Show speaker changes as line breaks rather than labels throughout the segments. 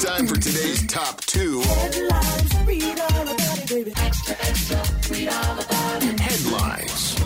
time for today's top two
Headlines, read all about it, baby.
headlines.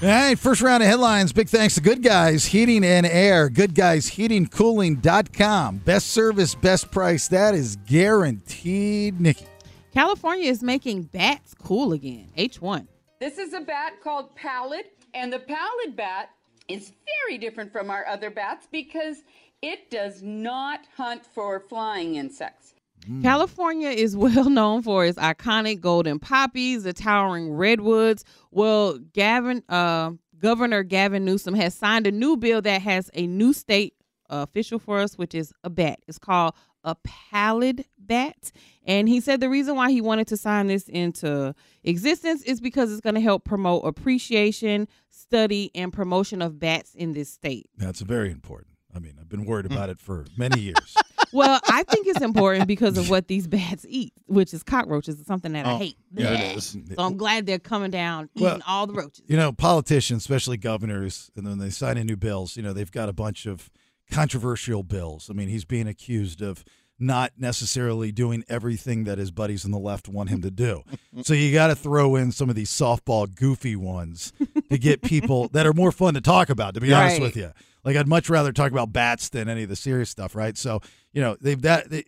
All right, first round of headlines. Big thanks to Good Guys Heating and Air. GoodGuysHeatingCooling.com. Best service, best price. That is guaranteed, Nikki.
California is making bats cool again. H1.
This is a bat called pallid, and the pallid bat is very different from our other bats because it does not hunt for flying insects.
California is well known for its iconic golden poppies, the towering redwoods. Well, Gavin, uh, Governor Gavin Newsom has signed a new bill that has a new state uh, official for us, which is a bat. It's called a pallid bat, and he said the reason why he wanted to sign this into existence is because it's going to help promote appreciation, study, and promotion of bats in this state.
That's very important. I mean, I've been worried about it for many years.
Well, I think it's important because of what these bats eat, which is cockroaches. It's something that I
Oh,
hate.
yeah, it
Blech.
is.
So I'm glad they're coming down eating
Well,
all the roaches.
you know, politicians, especially governors, and then they sign in new bills, you know, they've got a bunch of controversial bills. I mean, he's being accused of not necessarily doing everything that his buddies on the left want him to do. so you got to throw in some of these softball, goofy ones to get people that are more fun to talk about, to be honest
Right.
with you. Like, I'd much rather talk about bats than any of the serious stuff, right? So, you know, they've that. They,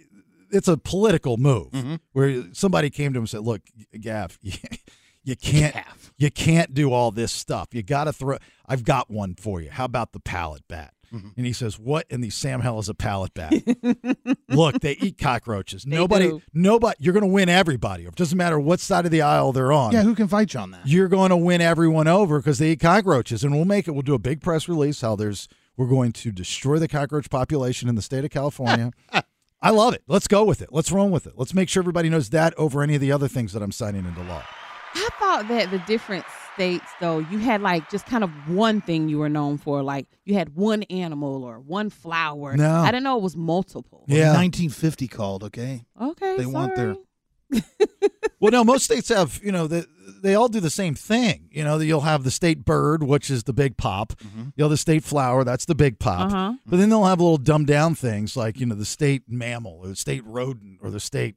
it's a political move where somebody came to him and said, "Look, Gav, you can't you can't do all this stuff. You got to throw. I've got one for you. How about the pallet bat?"
Mm-hmm.
And he says, "What in the Sam Hell is a pallet bat?" Look, they eat cockroaches. nobody,
do.
nobody. You're going to win everybody. It doesn't matter what side of the aisle they're on.
Yeah, who can fight you on that?
You're going to win everyone over because they eat cockroaches, and we'll make it. We'll do a big press release how there's we're going to destroy the cockroach population in the state of California. I love it. Let's go with it. Let's run with it. Let's make sure everybody knows that over any of the other things that I'm signing into law.
I thought that the different states, though, you had like just kind of one thing you were known for. Like you had one animal or one flower.
No.
I didn't know it was multiple.
Yeah.
1950 called, okay?
Okay.
They want their-
sorry.
Well, no, most states have, you know, they, they all do the same thing. You know, that you'll have the state bird, which is the big pop. You'll have the state flower, that's the big pop.
Uh-huh.
But then they'll have little dumbed down things like, you know, the state mammal or the state rodent or the state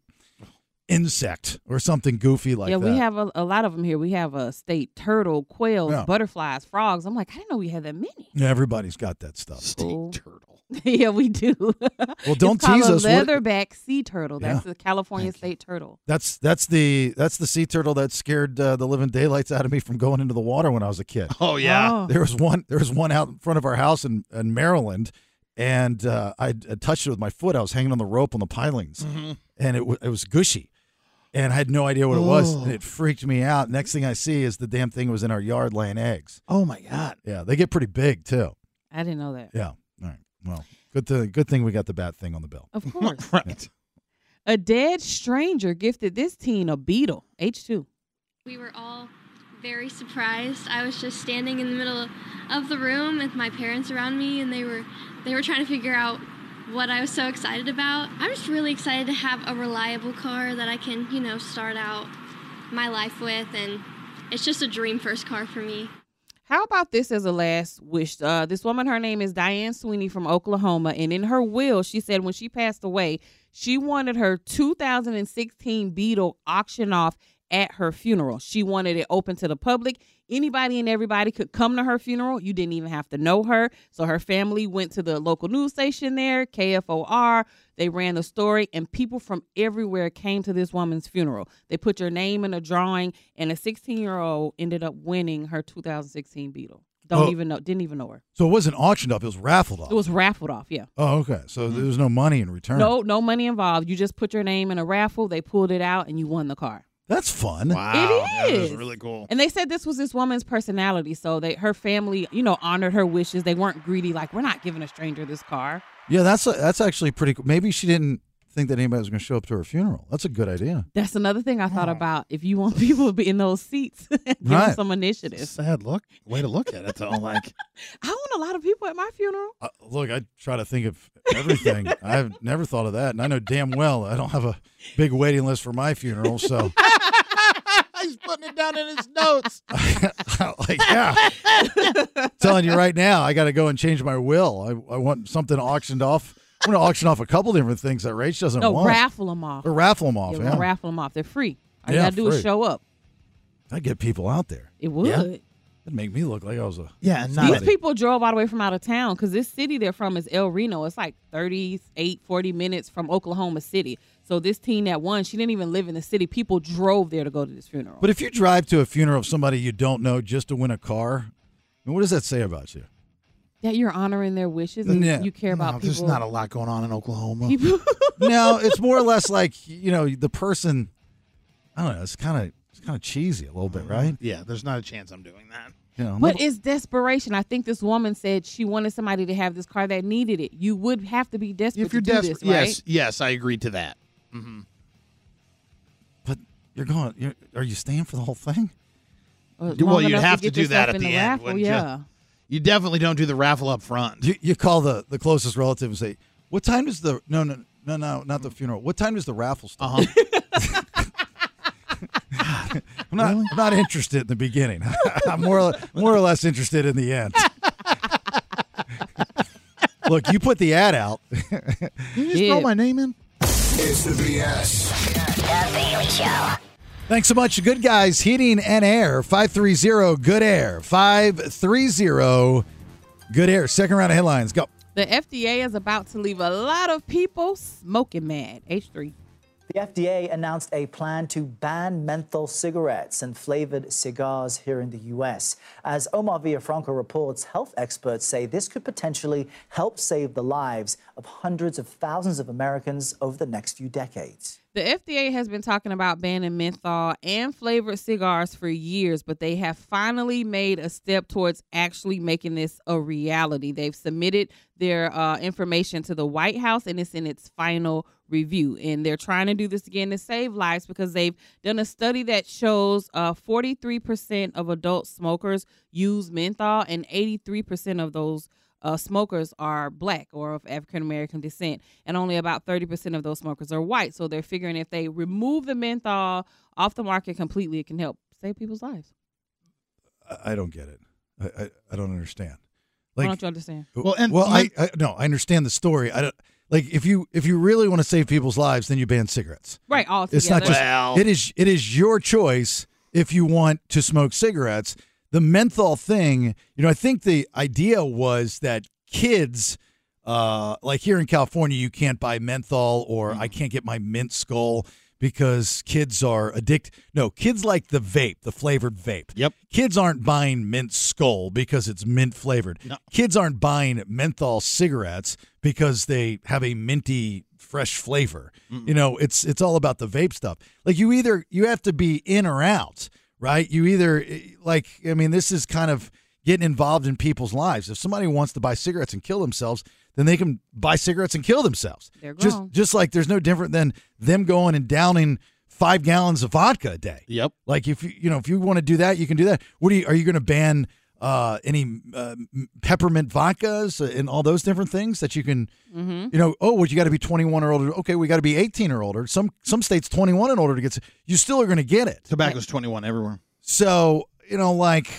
insect or something goofy like
yeah,
that.
we have a, a lot of them here. We have a state turtle, quails,
Yeah.
butterflies, frogs. I'm like, I didn't know we had that many.
Yeah, Everybody's got that stuff.
Cool.
turtle.
yeah, we do.
Well, don't
it's called
tease
a
us. What-
Leatherback sea turtle. That's the California state turtle.
That's that's the that's the sea turtle that scared uh, the living daylights out of me from going into the water when I was a kid.
Oh, yeah.
Oh.
There was one. There was one out in front of our house in, in Maryland, and uh, I, I touched it with my foot. I was hanging on the rope on the pilings,
Mm-hmm.
and it w- it was gushy, and I had no idea what it was, and it freaked me out. Next thing I see is the damn thing was in our yard laying eggs.
Oh, my God.
Yeah, they get pretty big too.
I didn't know that.
Yeah. All right. Well, good thing good thing we got the bat thing on the bill.
Of course.
Right.
A dead stranger gifted this teen a beetle, H2.
We were all very surprised. I was just standing in the middle of the room with my parents around me and they were they were trying to figure out what I was so excited about. I'm just really excited to have a reliable car that I can, you know, start out my life with and it's just a dream first car for me.
How about this as a last wish? Uh, this woman, her name is Diane Sweeney from Oklahoma, and in her will, she said when she passed away, she wanted her 2016 Beetle auctioned off at her funeral. She wanted it open to the public. Anybody and everybody could come to her funeral. You didn't even have to know her. So her family went to the local news station there, KFOR. They ran the story, and people from everywhere came to this woman's funeral. They put your name in a drawing, and a 16 year old ended up winning her 2016 Beetle. Don't
Oh.
even know, didn't even know her.
So it wasn't auctioned off. It was raffled off.
It was Mm-hmm. raffled off, yeah.
oh, okay. So there was no money in return.
No, no money involved. You just put your name in a raffle. They pulled it out, and you won the car.
That's fun.
Wow. Yeah, that was
is.
really cool.
And they said this was this woman's personality. So they, her family, you know, honored her wishes. They weren't greedy, like we're not giving a stranger this car.
Yeah, that's that's actually pretty cool. Maybe she didn't think that anybody was going to show up to her funeral. That's a good idea.
That's another thing I thought about. If you want people to be in those seats, give them
Right.
some initiative.
Sad look. Way to look at it, though. Like,
I want a lot of people at my funeral.
Uh, look, I try to think of everything. I've never thought of that, and I know damn well I don't have a big waiting list for my funeral. So,
he's putting it down in his notes.
like, yeah, telling you right now, I got to go and change my will. I, I want something auctioned off I'm going to auction off a couple different things that Rach doesn't
No,
want.
Oh, raffle them off.
Or raffle them off.
Yeah,
Yeah,
raffle them off. They're free. All
Yeah,
you gotta do
free.
is show up.
That'd get people out there.
It would.
That'd make me look like I was a.
Yeah, and
These
not
people drove all the way from out of town because this city they're from is El Reno. It's like 38, 40 minutes from Oklahoma City. So this teen that won, she didn't even live in the city. People drove there to go to this funeral.
But if you drive to a funeral of somebody you don't know just to win a car, I mean, what does that say about you?
that you're honoring their wishes and
Yeah.
you care about
no,
people.
there's not a lot going on in Oklahoma.
people
no, it's more or less like you know the person. I don't know. It's kind of it's kind of cheesy a little bit, right?
Yeah, there's not a chance I'm doing that.
You know,
but it's desperation. I think this woman said she wanted somebody to have this car that needed it. You would have to be desperate
If you're
to do
desperate,
this, right?
yes, yes, I agree to that.
but you're going. You're, are you staying for the whole thing?
Or
Well,
long
you'd
enough
have to
get
do that
yourself
at
in
the end,
raffle,
wouldn't you?
yeah.
You definitely don't do the raffle up front.
You, you call the the closest relative and say, "What time does the no no no no not the funeral? What time does the raffle start?"
Uh-huh.
I'm not I'm not interested in the beginning. I'm more more or less interested in the end. Look, you put the ad out.
Can you just
Yeah.
throw my name in?
It's the BS.
Thanks so much, Good Guys Heating and Air. 530 Good Air. 530 Good Air. Second round of headlines. Go.
The FDA is about to leave a lot of people smoking mad. H3.
The FDA announced a plan to ban menthol cigarettes and flavored cigars here in the U.S. As Omar Villafranco reports, health experts say this could potentially help save the lives of hundreds of thousands of Americans over the next few decades.
The FDA has been talking about banning menthol and flavored cigars for years, but they have finally made a step towards actually making this a reality. They've submitted their uh, information to the White House and it's in its final review. And they're trying to do this again to save lives because they've done a study that shows uh, 43% of adult smokers use menthol and 83% of those uh, smokers are black or of African American descent, and only about 30% of those smokers are white. So they're figuring if they remove the menthol off the market completely, it can help save people's lives.
I- I don't get it. I, I, I don't understand.
Why
Like,
don't you understand?
Well, and-
well, I, I no, I understand the story. I don't like if you if you really want to save people's lives, then you ban cigarettes.
Right, all together.
It's not just
Well-
it is it is your choice if you want to smoke cigarettes. The menthol thing, you know, I think the idea was that kids uh like here in California you can't buy menthol or I
Mm-hmm.
can't get my mint skull because kids are addicted. No, kids like the vape, the flavored vape.
Yep.
Kids aren't buying mint skull because it's mint flavored.
No.
Kids aren't buying menthol cigarettes because they have a minty fresh flavor. You know, it's it's all about the vape stuff. Like you either you have to be in or out, right? You either eh, like I mean this is kind of getting involved in people's lives. If somebody wants to buy cigarettes and kill themselves, then they can buy cigarettes and kill themselves.
They're
just
grown.
just like there's no different than them going and downing 5 gallons of vodka a day.
yep.
Like if you you know if you want to do that, you can do that. What are you are you going to ban uh, any uh, m- peppermint vodkas and all those different things that you can you know oh well you got to be 21 or older okay we got to be 18 or older some some states 21 and older to get s- you still are going to get it
Tobacco's 21 everywhere.
so you know like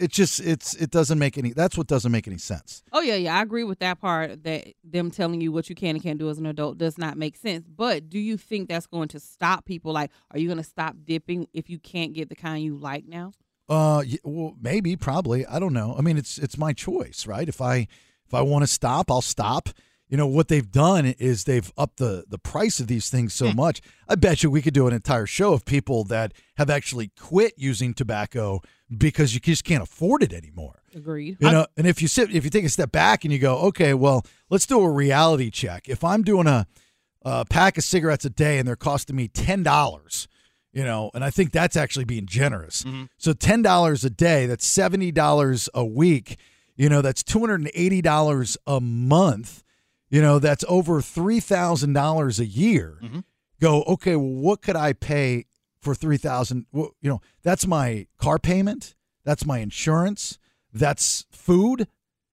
it just it's it doesn't make any that's what doesn't make any sense
Oh yeah, yeah, I agree with that part that them telling you what you can and can't do as an adult does not make sense. But do you think that's going to stop people? Like, are you going to stop dipping if you can't get the kind you like now?
Uh, y- well, maybe, probably. I don't know. I mean, it's it's my choice, right? If I if I want to stop, I'll stop. You know what they've done is they've upped the the price of these things so much. I bet you we could do an entire show of people that have actually quit using tobacco because you just can't afford it anymore.
Agreed.
You know, and if you sit, if you take a step back and you go, okay, well, let's do a reality check. If I'm doing a, a pack of cigarettes a day and they're costing me ten dollars, you know, and I think that's actually being generous. So ten dollars a day, that's seventy dollars a week. You know, that's two hundred and eighty dollars a month. You know, that's over three thousand dollars a year. Go, okay, well, what could I pay for three thousand? Well, you know, that's my car payment. That's my insurance. That's food.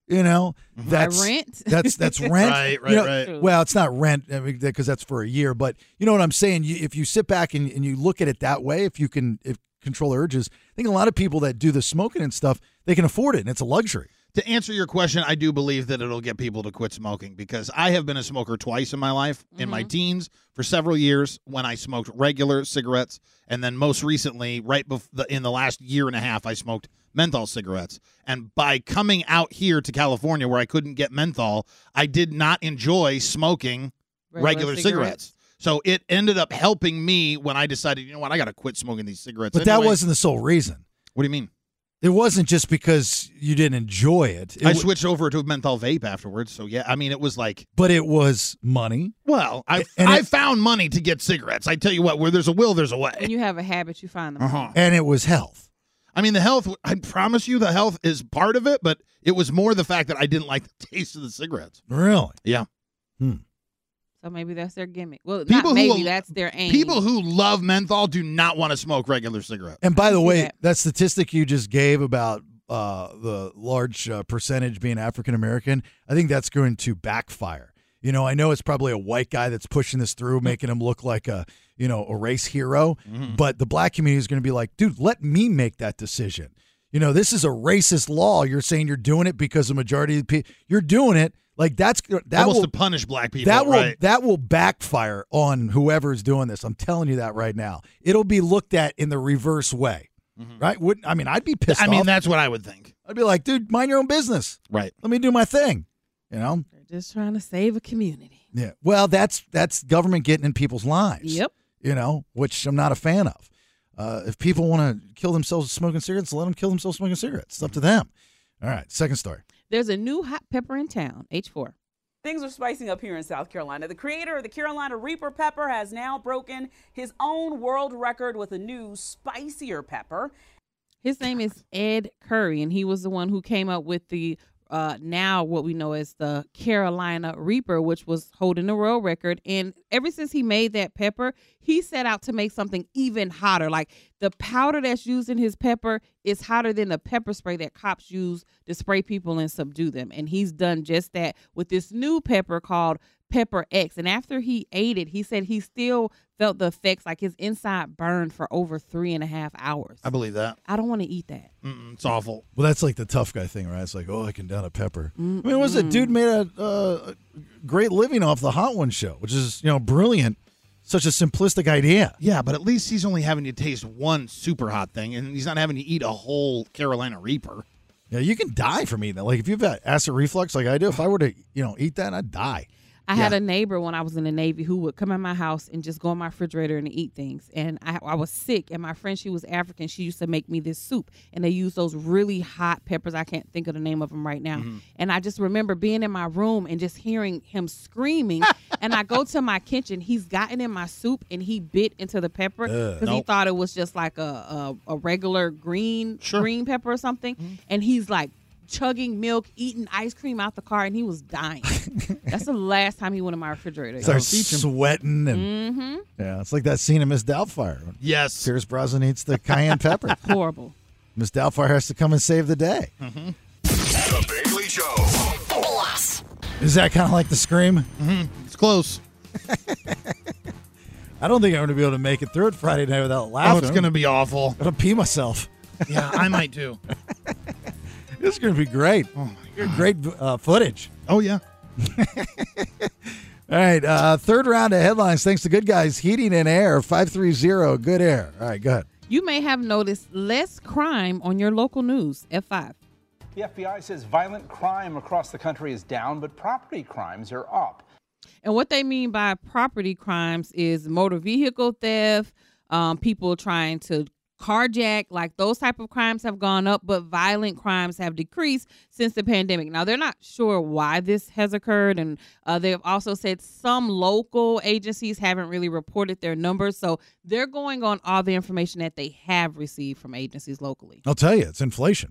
You know, that's
rent.
That's that's rent.
Mm-hmm. Right, right,
You know,
right.
well, it's not rent because I mean, 'cause that's for a year, but you know what I'm saying. You, if you sit back and, and you look at it that way, if you can if control urges, I think a lot of people that do the smoking and stuff, they can afford it, and it's a luxury.
to answer your question, I do believe that it'll get people to quit smoking because I have been a smoker twice in my life, in my teens, for several years when I smoked regular cigarettes, and then most recently, right bef- the, in the last year and a half, I smoked menthol cigarettes. And by coming out here to California where I couldn't get menthol, I did not enjoy smoking regular, cigarettes. So it ended up helping me when I decided, you know what, I got to quit smoking these cigarettes.
But that
anyway.
wasn't the sole reason.
What do you mean?
It wasn't just because you didn't enjoy it. It
I
wa-
switched over to a menthol vape afterwards. So yeah, I mean, it was like,
but it was money.
well, I
And
I
it-
found money to get cigarettes. I tell you what, where there's a will, there's a way.
When you have a habit, you find them.
Uh-huh.
and it was health.
I mean, the health. I promise you, the health is part of it, but it was more the fact that I didn't like the taste of the cigarettes.
Really?
Yeah,
So maybe that's their gimmick. Well,
People
not
who
maybe
al-
that's their aim.
people who love menthol do not want to smoke regular cigarettes.
And by the
see
way, that.
that.
statistic you just gave about uh, the large uh, percentage being African American, I think that's going to backfire. You know, I know it's probably a white guy that's pushing this through, making him look like a you know a race hero, but the black community is going to be like, dude, let me make that decision. You know, this is a racist law. You're saying you're doing it because the majority of the people you're doing it. Like that's that
Almost
will
to punish black people.
that will
right?
that will backfire on whoever's doing this. I'm telling you that right now. It'll be looked at in the reverse way, right? Wouldn't I mean? I'd be pissed.
Mm-hmm. I mean,
off.
that's what I would think.
I'd be like, dude, mind your own business.
Right.
Let me do my thing. You know?
They're just trying to save a community.
Yeah. Well, that's that's government getting in people's lives.
Yep.
You know, which I'm not a fan of. Uh, if people want to kill themselves smoking cigarettes, let them kill themselves smoking cigarettes. It's up to them. All right. Second story.
There's a new hot pepper in town, H4.
Things are spicing up here in South Carolina. The creator of the Carolina Reaper pepper has now broken his own world record with a new spicier pepper.
His name is Ed Curry, and he was the one who came up with the uh, now what we know as the Carolina Reaper, which was holding the world record. And ever since he made that pepper, he set out to make something even hotter. Like the powder that's used in his pepper is hotter than the pepper spray that cops use to spray people and subdue them. And he's done just that with this new pepper called Pepper X. And after he ate it, he said he still felt the effects, like his inside burned for over three and a half hours.
I believe that.
I don't want to eat that.
Mm-mm, it's awful.
Well, that's like the tough guy thing, right? It's like, oh, I can down a pepper. I mean, was it? Dude made a uh, great living off the Hot One show, which is you know brilliant. Such a simplistic idea.
Yeah, but at least he's only having to taste one super hot thing, and he's not having to eat a whole Carolina Reaper.
Yeah, you can die from eating that. Like if you've got acid reflux, like I do, if I were to you know eat that, I'd die.
I had a neighbor when I was in the Navy who would come in my house and just go in my refrigerator and eat things. And I, I was sick, and my friend, she was African, she used to make me this soup, and they used those really hot peppers. I can't think of the name of them right now.
Mm-hmm.
And I just remember being in my room and just hearing him screaming. and I go to my kitchen, he's gotten in my soup and he bit into the pepper because he
nope.
thought it was just like a, a, a regular green
Sure. Mm-hmm.
green pepper or something. And he's like chugging milk, eating ice cream out the car, and he was dying. That's the last time he went in my refrigerator.
Start Oh, sweating and yeah, it's like that scene in Miss Doubtfire. when
Yes.
Pierce Brosnan eats the cayenne pepper.
Horrible.
Miss Doubtfire has to come and save the day.
The Bailey Show.
Is that kind of like the scream?
It's close.
I don't think I'm going to be able to make it through it Friday night without laughing.
Oh, it's going to be awful.
I'm gonna pee myself.
Yeah, I might too.
This is going to be great. Oh, great uh, footage.
Oh, yeah.
All right, uh, third round of headlines. Thanks to Good Guys Heating and Air, five three zero. Good air. All right, go ahead.
You may have noticed less crime on your local news. F5.
The FBI says violent crime across the country is down, but property crimes are up.
And what they mean by property crimes is motor vehicle theft, um, people trying to carjack, like those type of crimes have gone up, but violent crimes have decreased since the pandemic. Now they're not sure why this has occurred, and uh, they have also said some local agencies haven't really reported their numbers, so they're going on all the information that they have received from agencies locally.
I'll tell you, it's inflation.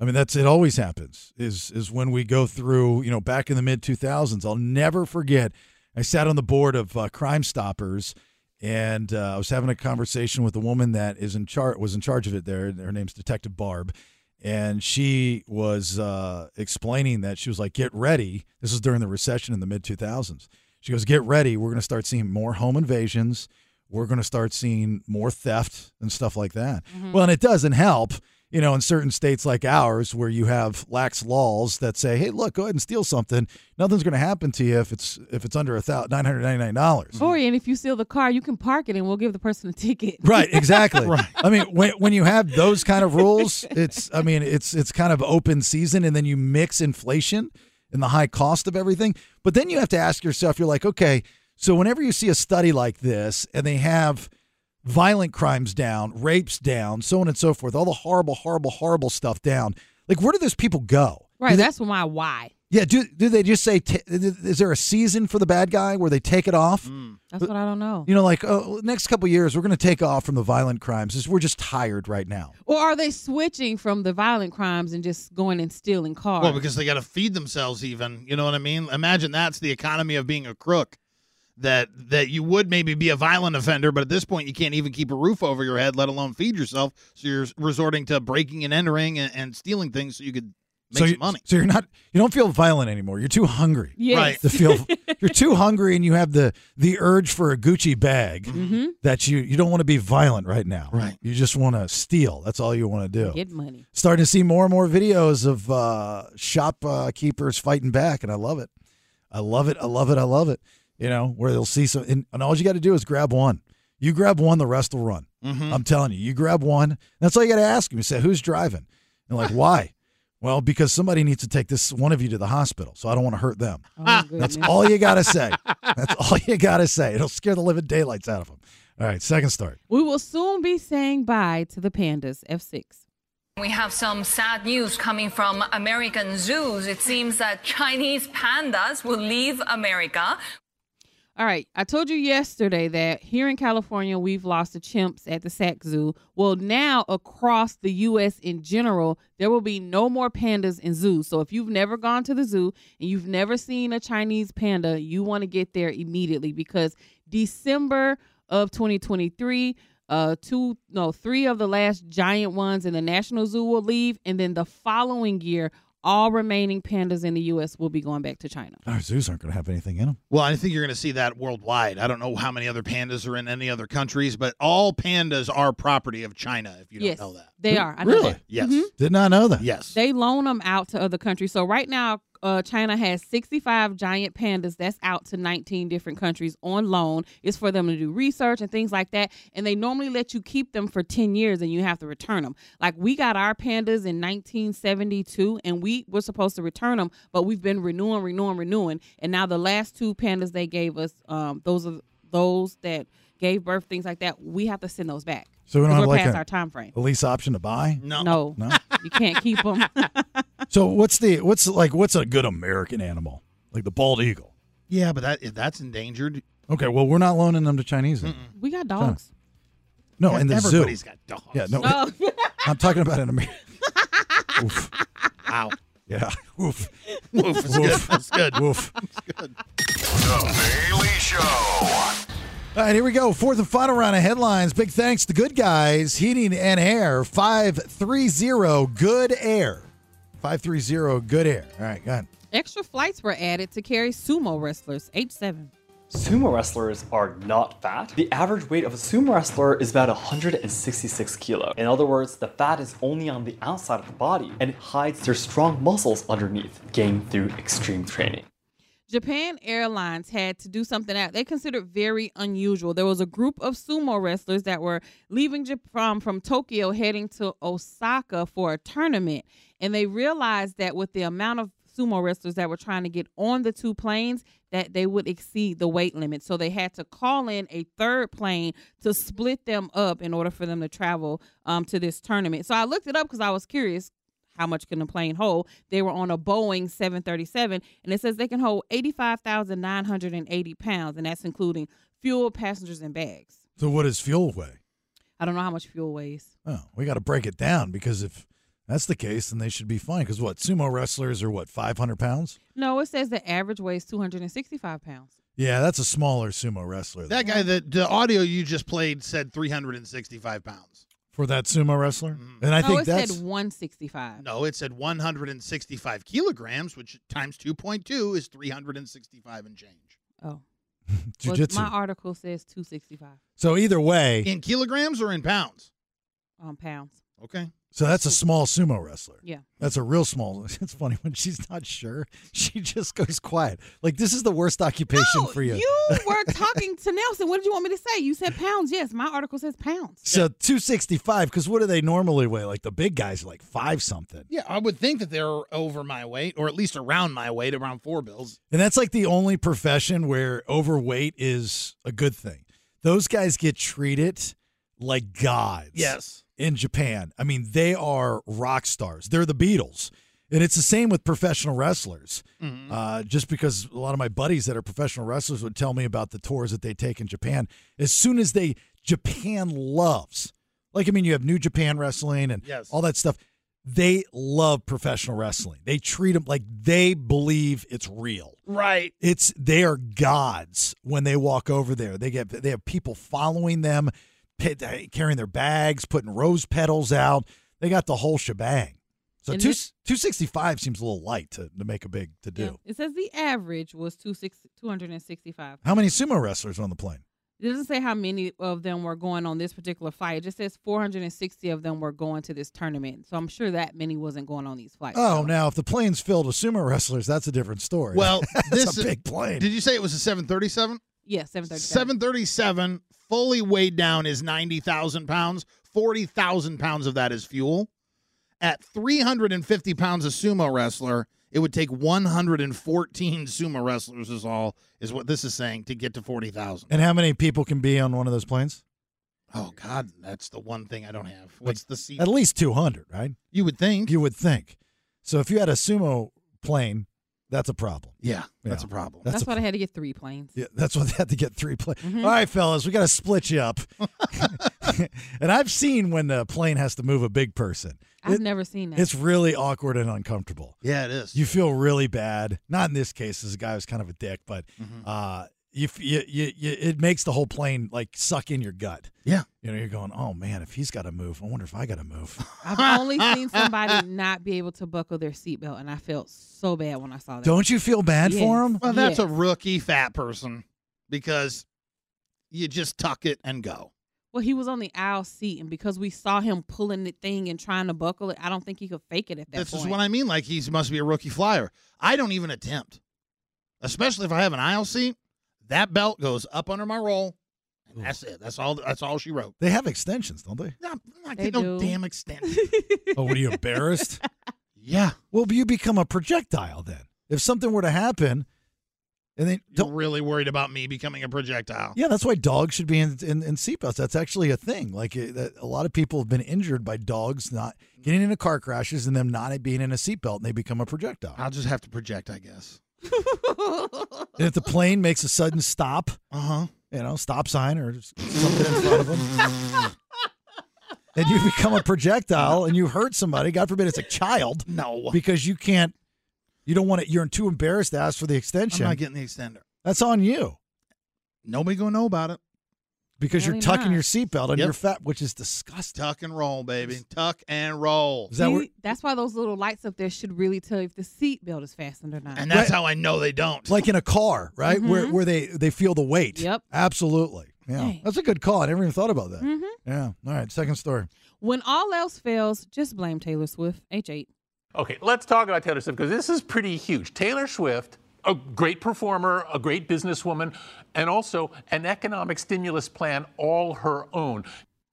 I mean, that's it. Always happens. Is is when we go through. You know, back in the mid two thousands, I'll never forget. I sat on the board of uh, Crime Stoppers, and uh, I was having a conversation with a woman that is in char- was in charge of it there. and Her name's Detective Barb, and she was uh, explaining that she was like, "Get ready." This was during the recession in the mid two thousands. She goes, "Get ready. We're going to start seeing more home invasions. We're going to start seeing more theft and stuff like that." Well, and it doesn't help you know, in certain states like ours where you have lax laws that say, "Hey, look, go ahead and steal something. Nothing's going to happen to you if it's if it's under a thousand nine hundred ninety nine dollars."
Or and if you steal the car, you can park it and we'll give the person a ticket.
Right, exactly. I mean, when, when you have those kind of rules, it's I mean, it's it's kind of open season, and then you mix inflation and the high cost of everything. But then you have to ask yourself, you're like, okay, so whenever you see a study like this, and they have violent crimes down, rapes down, so on and so forth, all the horrible, horrible, horrible stuff down. Like, where do those people go?
Right. That's my why.
Yeah, do do they just say? T- is there a season for the bad guy where they take it off?
That's what I don't know.
You know, like oh, next couple years, we're going to take off from the violent crimes. Is we're just tired right now.
Or are they switching from the violent crimes and just going and stealing cars?
Well, because they got to feed themselves, even. You know what I mean? Imagine that's the economy of being a crook. That that you would maybe be a violent offender, but at this point you can't even keep a roof over your head, let alone feed yourself. So you're resorting to breaking and entering and, and stealing things so you could make
so
some
you,
money.
So you're not. You don't feel violent anymore. You're too hungry.
yes.
right.
To feel you're too hungry, and you have the the urge for a Gucci bag that you you don't want to be violent right now.
Right.
You just want to steal. That's all you want to do.
Get money.
starting to see more and more videos of uh, shopkeepers fighting back, and I love it. I love it. I love it. I love it. You know, where they'll see some, and, and all you got to do is grab one. You grab one, the rest will run. I'm telling you, you grab one. That's all you got to ask them. You say, "Who's driving?" And like, why? Well, because somebody needs to take this one of you to the hospital, so I don't want to hurt them.
Oh, my goodness.
That's all you got to say. That's all you got to say. It'll scare the living daylights out of them. All right, second start.
We will soon be saying bye to the pandas, F6.
We have some sad news coming from American zoos. It seems that Chinese pandas will leave America.
All right. I told you yesterday that here in California, we've lost the chimps at the Sac Zoo. Well, now across the U.S. in general, there will be no more pandas in zoos. So if you've never gone to the zoo and you've never seen a Chinese panda, you want to get there immediately because December of 2023, uh, two no three of the last giant ones in the National Zoo will leave, and then the following year, all remaining pandas in the U.S. will be going back to China.
Our Oh, zoos aren't going to have anything in them.
Well, I think you're going to see that worldwide. I don't know how many other pandas are in any other countries, but all pandas are property of China. If you
yes,
don't know that,
they are. I know
Really?
that.
yes,
Did not know that.
yes.
They loan them out to other countries. So right now, uh, China has 65 giant pandas that's out to 19 different countries on loan. It's for them to do research and things like that. And they normally let you keep them for 10 years and you have to return them. Like we got our pandas in 1972 and we were supposed to return them, but we've been renewing, renewing, renewing. And now the last two pandas they gave us, um, those are those that gave birth, things like that. We have to send those back.
So we don't
'Cause
have
we're
like
past
a-
our time frame.
A lease option to buy.
no,
No,
No?
you can't keep them.
So what's the what's like what's a good American animal? Like the bald eagle.
yeah, but that if that's endangered,
Okay, well we're not loaning them to Chinese. then.
We got dogs.
No, in the zoo.
E- everybody's got dogs.
Yeah, no. I'm talking about an American. Oof.
Ow.
Yeah. Oof.
Woof, it's good. That's good.
Oof.
The Bailey Show.
All right, here we go. Fourth and final round of headlines. Big thanks to Good Guys Heating and Air 530 Good Air. 530 Good Air. All right, go ahead.
Extra flights were added to carry sumo wrestlers, H7.
Sumo wrestlers are not fat. The average weight of a sumo wrestler is about 166 kilo. In other words, the fat is only on the outside of the body and hides their strong muscles underneath, gained through extreme training.
Japan Airlines had to do something that they considered very unusual. There was a group of sumo wrestlers that were leaving Japan from Tokyo heading to Osaka for a tournament, and they realized that with the amount of sumo wrestlers that were trying to get on the two planes that they would exceed the weight limit. So they had to call in a third plane to split them up in order for them to travel um, to this tournament. So I looked it up because I was curious how much can a plane hold? They were on a Boeing 737, and it says they can hold 85,980 pounds, and that's including fuel, passengers, and bags.
So what is fuel weigh?
I don't know how much fuel weighs.
Oh, we got to break it down because if that's the case, then they should be fine. Because what? Sumo wrestlers are what, 500 pounds?
No, it says the average weighs 265 pounds.
Yeah, that's a smaller sumo wrestler.
That guy, that the audio you just played said 365 pounds.
for that sumo wrestler, and I
no,
think
it
that's
said 165.
No, it said 165 kilograms, which times 2.2 is 365 and change.
Oh, well,
jujitsu.
my article says 265
so either way,
In kilograms or in pounds?
um, pounds.
Okay.
So that's a small sumo wrestler.
Yeah.
That's a real small. It's funny when she's not sure, she just goes quiet. Like this is the worst occupation for you.
You were talking to Nelson. What did you want me to say? You said pounds. Yes, my article says pounds.
So 265 cuz what do they normally weigh? Like the big guys are like 5 something.
Yeah, I would think that they're over my weight, or at least around my weight, around four bills.
And that's like the only profession where overweight is a good thing. Those guys get treated like gods.
Yes.
In Japan. I mean, they are rock stars. They're the Beatles. And it's the same with professional wrestlers.
Mm-hmm.
Uh, just because a lot of my buddies that are professional wrestlers would tell me about the tours that they take in Japan. As soon as they, Japan loves, like, I mean, you have New Japan Wrestling and
Yes.
all that stuff. They love professional wrestling. They treat them like they believe it's real.
Right.
It's they are gods when they walk over there. They get they have people following them, pe- carrying their bags, putting rose petals out. They got the whole shebang. So
And
two
this-
two sixty five seems a little light to, to make a big to do.
It says the average was two six two hundred and sixty five.
How many sumo wrestlers on the plane?
It doesn't say how many of them were going on this particular flight. It just says 460 of them were going to this tournament. So I'm sure that many wasn't going on these flights.
Oh, now if the plane's filled with sumo wrestlers, that's a different story.
Well,
that's
this
a
is-
big plane.
Did you say it was a 737?
yeah, 737.
737 fully weighed down is 90,000 pounds. 40,000 pounds of that is fuel. At 350 pounds of sumo wrestler, it would take 114 sumo wrestlers, is all, is what this is saying, to get to 40,000.
and how many people can be on one of those planes?
Oh, God, that's the one thing I don't have. What's the seat?
At least two hundred, right?
You would think.
You would think. So if you had a sumo plane, that's a problem.
yeah, that's
Yeah.
a problem.
That's
a
why I had to get three planes.
Yeah, that's what they had to get three planes. right, fellas, we got to split you up. and I've seen when the plane has to move a big person.
I've
It-
never seen that.
It's really awkward and uncomfortable.
Yeah, it is.
You feel really bad. Not in this case, as a guy who's kind of a dick, but uh, you, f- you, you, you, it makes the whole plane like suck in your gut.
yeah.
You know, you're going, oh man, if he's got to move, I wonder if I got to move.
I've only seen somebody not be able to buckle their seatbelt, and I felt so bad when I saw that.
Don't you feel bad for
Yes.
him?
Well, that's
Yeah.
a rookie fat person because you just tuck it and go.
Well, he was on the aisle seat, and because we saw him pulling the thing and trying to buckle it, I don't think he could fake it at that
this
point.
is what I mean. Like he's must be a rookie flyer. I don't even attempt, especially if I have an aisle seat. That belt goes up under my roll, and that's it. That's all. That's all she wrote.
They have extensions, don't they?
No, I'm not
They
getting no
do.
damn extension.
Oh, what are you embarrassed?
yeah,
Well, you become a projectile then. If something were to happen, and then
you're
don't,
really worried about me becoming a projectile.
yeah, that's why dogs should be in, in, in seatbelts. That's actually a thing. Like uh, that- a lot of people have been injured by dogs not getting into car crashes and them not being in a seatbelt, and they become a projectile.
I'll just have to project, I guess.
and if the plane makes a sudden stop,
Uh huh.
you know, stop sign or just something in front of them. And you become a projectile and you hurt somebody, God forbid it's a child,
No,
because you can't, you don't want it, you're too embarrassed to ask for the
I'm
extension.
not getting the extender.
That's on you.
Nobody gonna know about it.
because you're
Really
tucking
not.
your seatbelt under
Yep.
your fat, which is disgusting.
Tuck and roll, baby. Tuck and roll.
Is that
See,
where,
that's why those little lights up there should really tell you if the seatbelt is fastened or not.
And that's how I know they don't.
like in a car, right? Where where they they feel the weight.
Mm-hmm. Yep.
Absolutely. Yeah.
Dang.
That's a good call. I never even thought about that.
Mm-hmm.
Yeah. All right. Second story.
When all else fails, just blame Taylor Swift. H8.
Okay, let's talk about Taylor Swift because this is pretty huge. Taylor Swift, a great performer, a great businesswoman, and also an economic stimulus plan all her own.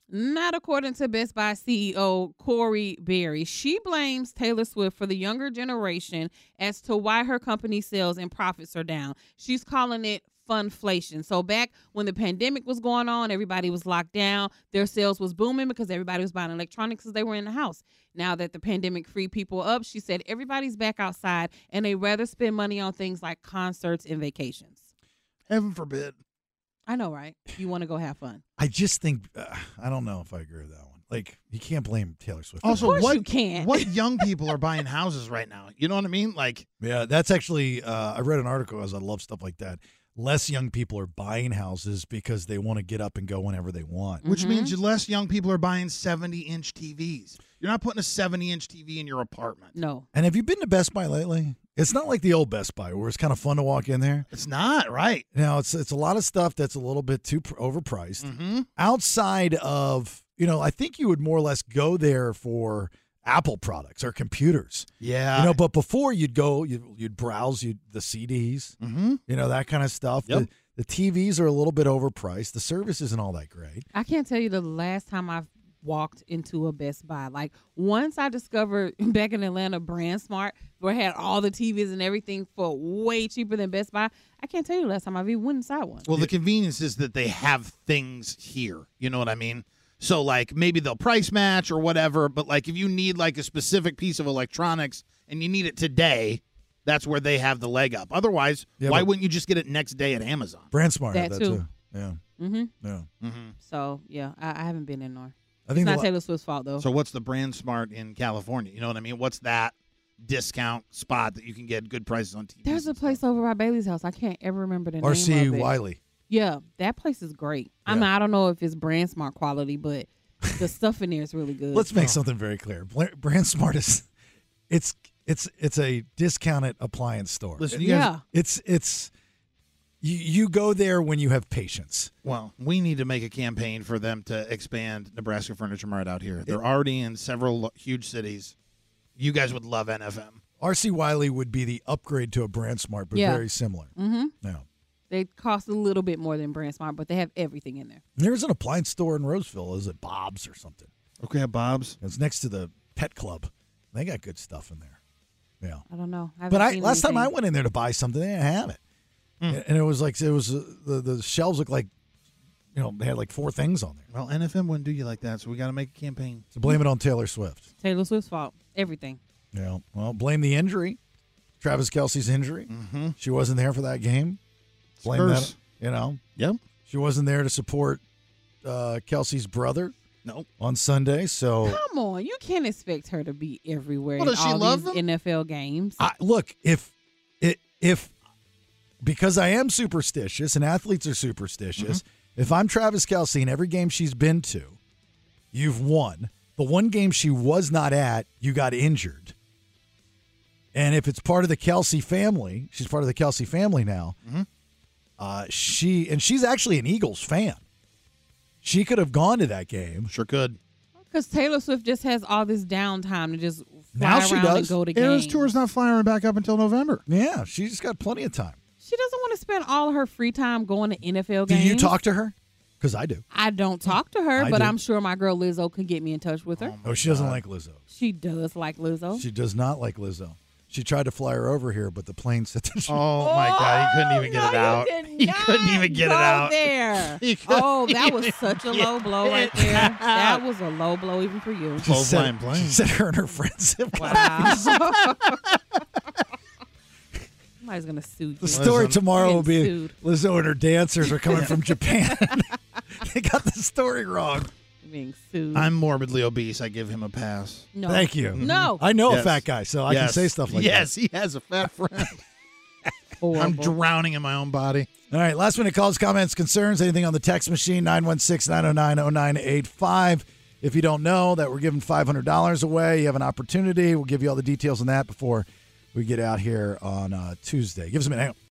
Not according to Best Buy CEO Corey Berry. She blames Taylor Swift for the younger generation as to why her company sales and profits are down. She's calling it funflation. So back when the pandemic was going on, everybody was locked down. Their sales was booming because everybody was buying electronics as they were in the house. Now that the pandemic freed people up, she said everybody's back outside and they rather spend money on things like concerts and vacations.
Heaven forbid.
I know, right? You want to go have fun.
I just think uh, I don't know if I agree with that one. Like you can't blame Taylor Swift. for
Also,
that.
course
what
you can't.
what young people are buying houses right now? You know what I mean? Like,
yeah, that's actually uh, I read an article as I love stuff like that. Less young people are buying houses because they want to get up and go whenever they want.
Mm.
which means
Mm-hmm.
less young people are buying seventy inch TVs. You're not putting a seventy inch TV in your apartment.
No.
And have you been to Best Buy lately? It's not like the old Best Buy where it's kind of fun to walk in there.
It's not right.
Now it's it's a lot of stuff that's a little bit too pr- overpriced.
Mm-hmm.
Outside of you know, I think you would more or less go there for Apple products or computers.
Yeah.
You know, but before you'd go, you'd, you'd browse you'd, the CDs,
mm-hmm.
you know, that kind of stuff.
Yep.
The, the TVs are a little bit overpriced. The service isn't all that great.
I can't tell you the last time I've walked into a Best Buy. Like once I discovered back in Atlanta Brand Smart, where I had all the TVs and everything for way cheaper than Best Buy. I can't tell you the last time I've even went inside one.
Well, the convenience is that they have things here. You know what I mean? So like maybe they'll price match or whatever, but like if you need like a specific piece of electronics and you need it today, that's where they have the leg up. Otherwise,
Yeah,
why
but-
wouldn't you just get it next day at Amazon?
Brand Smart had
That
that
too.
too. Yeah.
Mm-hmm.
Yeah.
Mm-hmm.
So yeah, I, I haven't been in there.
I think
it's
the
not
la-
Taylor Swift's fault though.
So what's the brand smart in California? You know what I mean? What's that discount spot that you can get good prices on TV?
There's a place over by Bailey's house. I can't ever remember the name
RC
of it.
Wiley.
Yeah, that place is great. I mean, I don't know if it's brand smart quality, but the stuff in there is really good.
Let's make
some.
something very clear. Bla- Brand Smart is it's it's it's a discounted appliance store.
Listen, you guys- Yeah.
it's it's you, you go there when you have patience.
Well, we need to make a campaign for them to expand Nebraska Furniture Mart out here. They're already in several lo- huge cities. You guys would love NFM.
RC Wiley would be the upgrade to a Brand Smart, but
Yeah.
very similar.
Mm-hmm.
Now
They cost a little bit more than Brand Smart, but they have everything in there.
there's an appliance store in Roseville. Is it Bob's or something?
Okay, Bob's.
It's next to the Pet Club. They got good stuff in there. Yeah.
I don't know.
but I last time I went in there to buy something, they didn't have it, And- and it was like it was uh, the the shelves looked like, you know, they had like four things on there.
Well, NFM wouldn't do you like that, so we got to make a campaign.
So blame it on Taylor Swift.
Taylor Swift's fault. Everything.
Yeah. Well, blame the injury, Travis Kelsey's injury. Mm-hmm. She wasn't there for that game. Blame
Spurs.
that. You know.
Yep.
She wasn't there to support uh, Kelsey's brother
Nope.
on Sunday. So
Come on, you can't expect her to be everywhere
Well,
in
does she
all
love
these NFL games.
I, look, if it if because I am superstitious and athletes are superstitious, if I'm Travis Kelsey in every game she's been to, you've won. The one game she was not at, you got injured. And if it's part of the Kelsey family, she's part of the Kelsey family now. Uh, she and she's actually an Eagles fan. She could have gone to that game.
Sure could.
Because Taylor Swift just has all this downtime to just fly
Now
around
she
and
does.
go to
Eras
games.
Tour's not firing back up until November.
Yeah, she's got plenty of time.
She doesn't want to spend all her free time going to NFL
Do
games.
you talk to her? Because I do.
I don't talk to her,
I
but
do.
I'm sure my girl Lizzo could get me in touch with her.
Oh, she doesn't like Lizzo.
she does like Lizzo.
She does not like Lizzo. She tried to fly her over here, but the plane said that she.
Oh, my God. He couldn't
Oh,
even get it out. He couldn't even get it
Go
out.
there.
He couldn't
oh, that was such a low blow right there. That was a low blow even for you.
She
Low flying
said,
plane.
she said her and her friends.
Wow. Somebody's gonna sue you.
The story
Listen.
tomorrow will be
Ensued.
Lizzo and her dancers are coming from Japan. they got the story wrong.
You're Being sued.
I'm morbidly obese. I give him a pass.
no.
Thank you.
No.
I know a
Yes.
fat guy, so I can
Yes.
say stuff like
yes, he has a fat friend. I'm
Horrible.
drowning in my own body.
that. All right. Last minute calls, comments, concerns, anything on the text machine, 916 909 0985. If you don't know that we're giving $500 away, you have an opportunity. We'll give you all the details on that before we get out here on uh, Tuesday. Give us a minute. Hang on.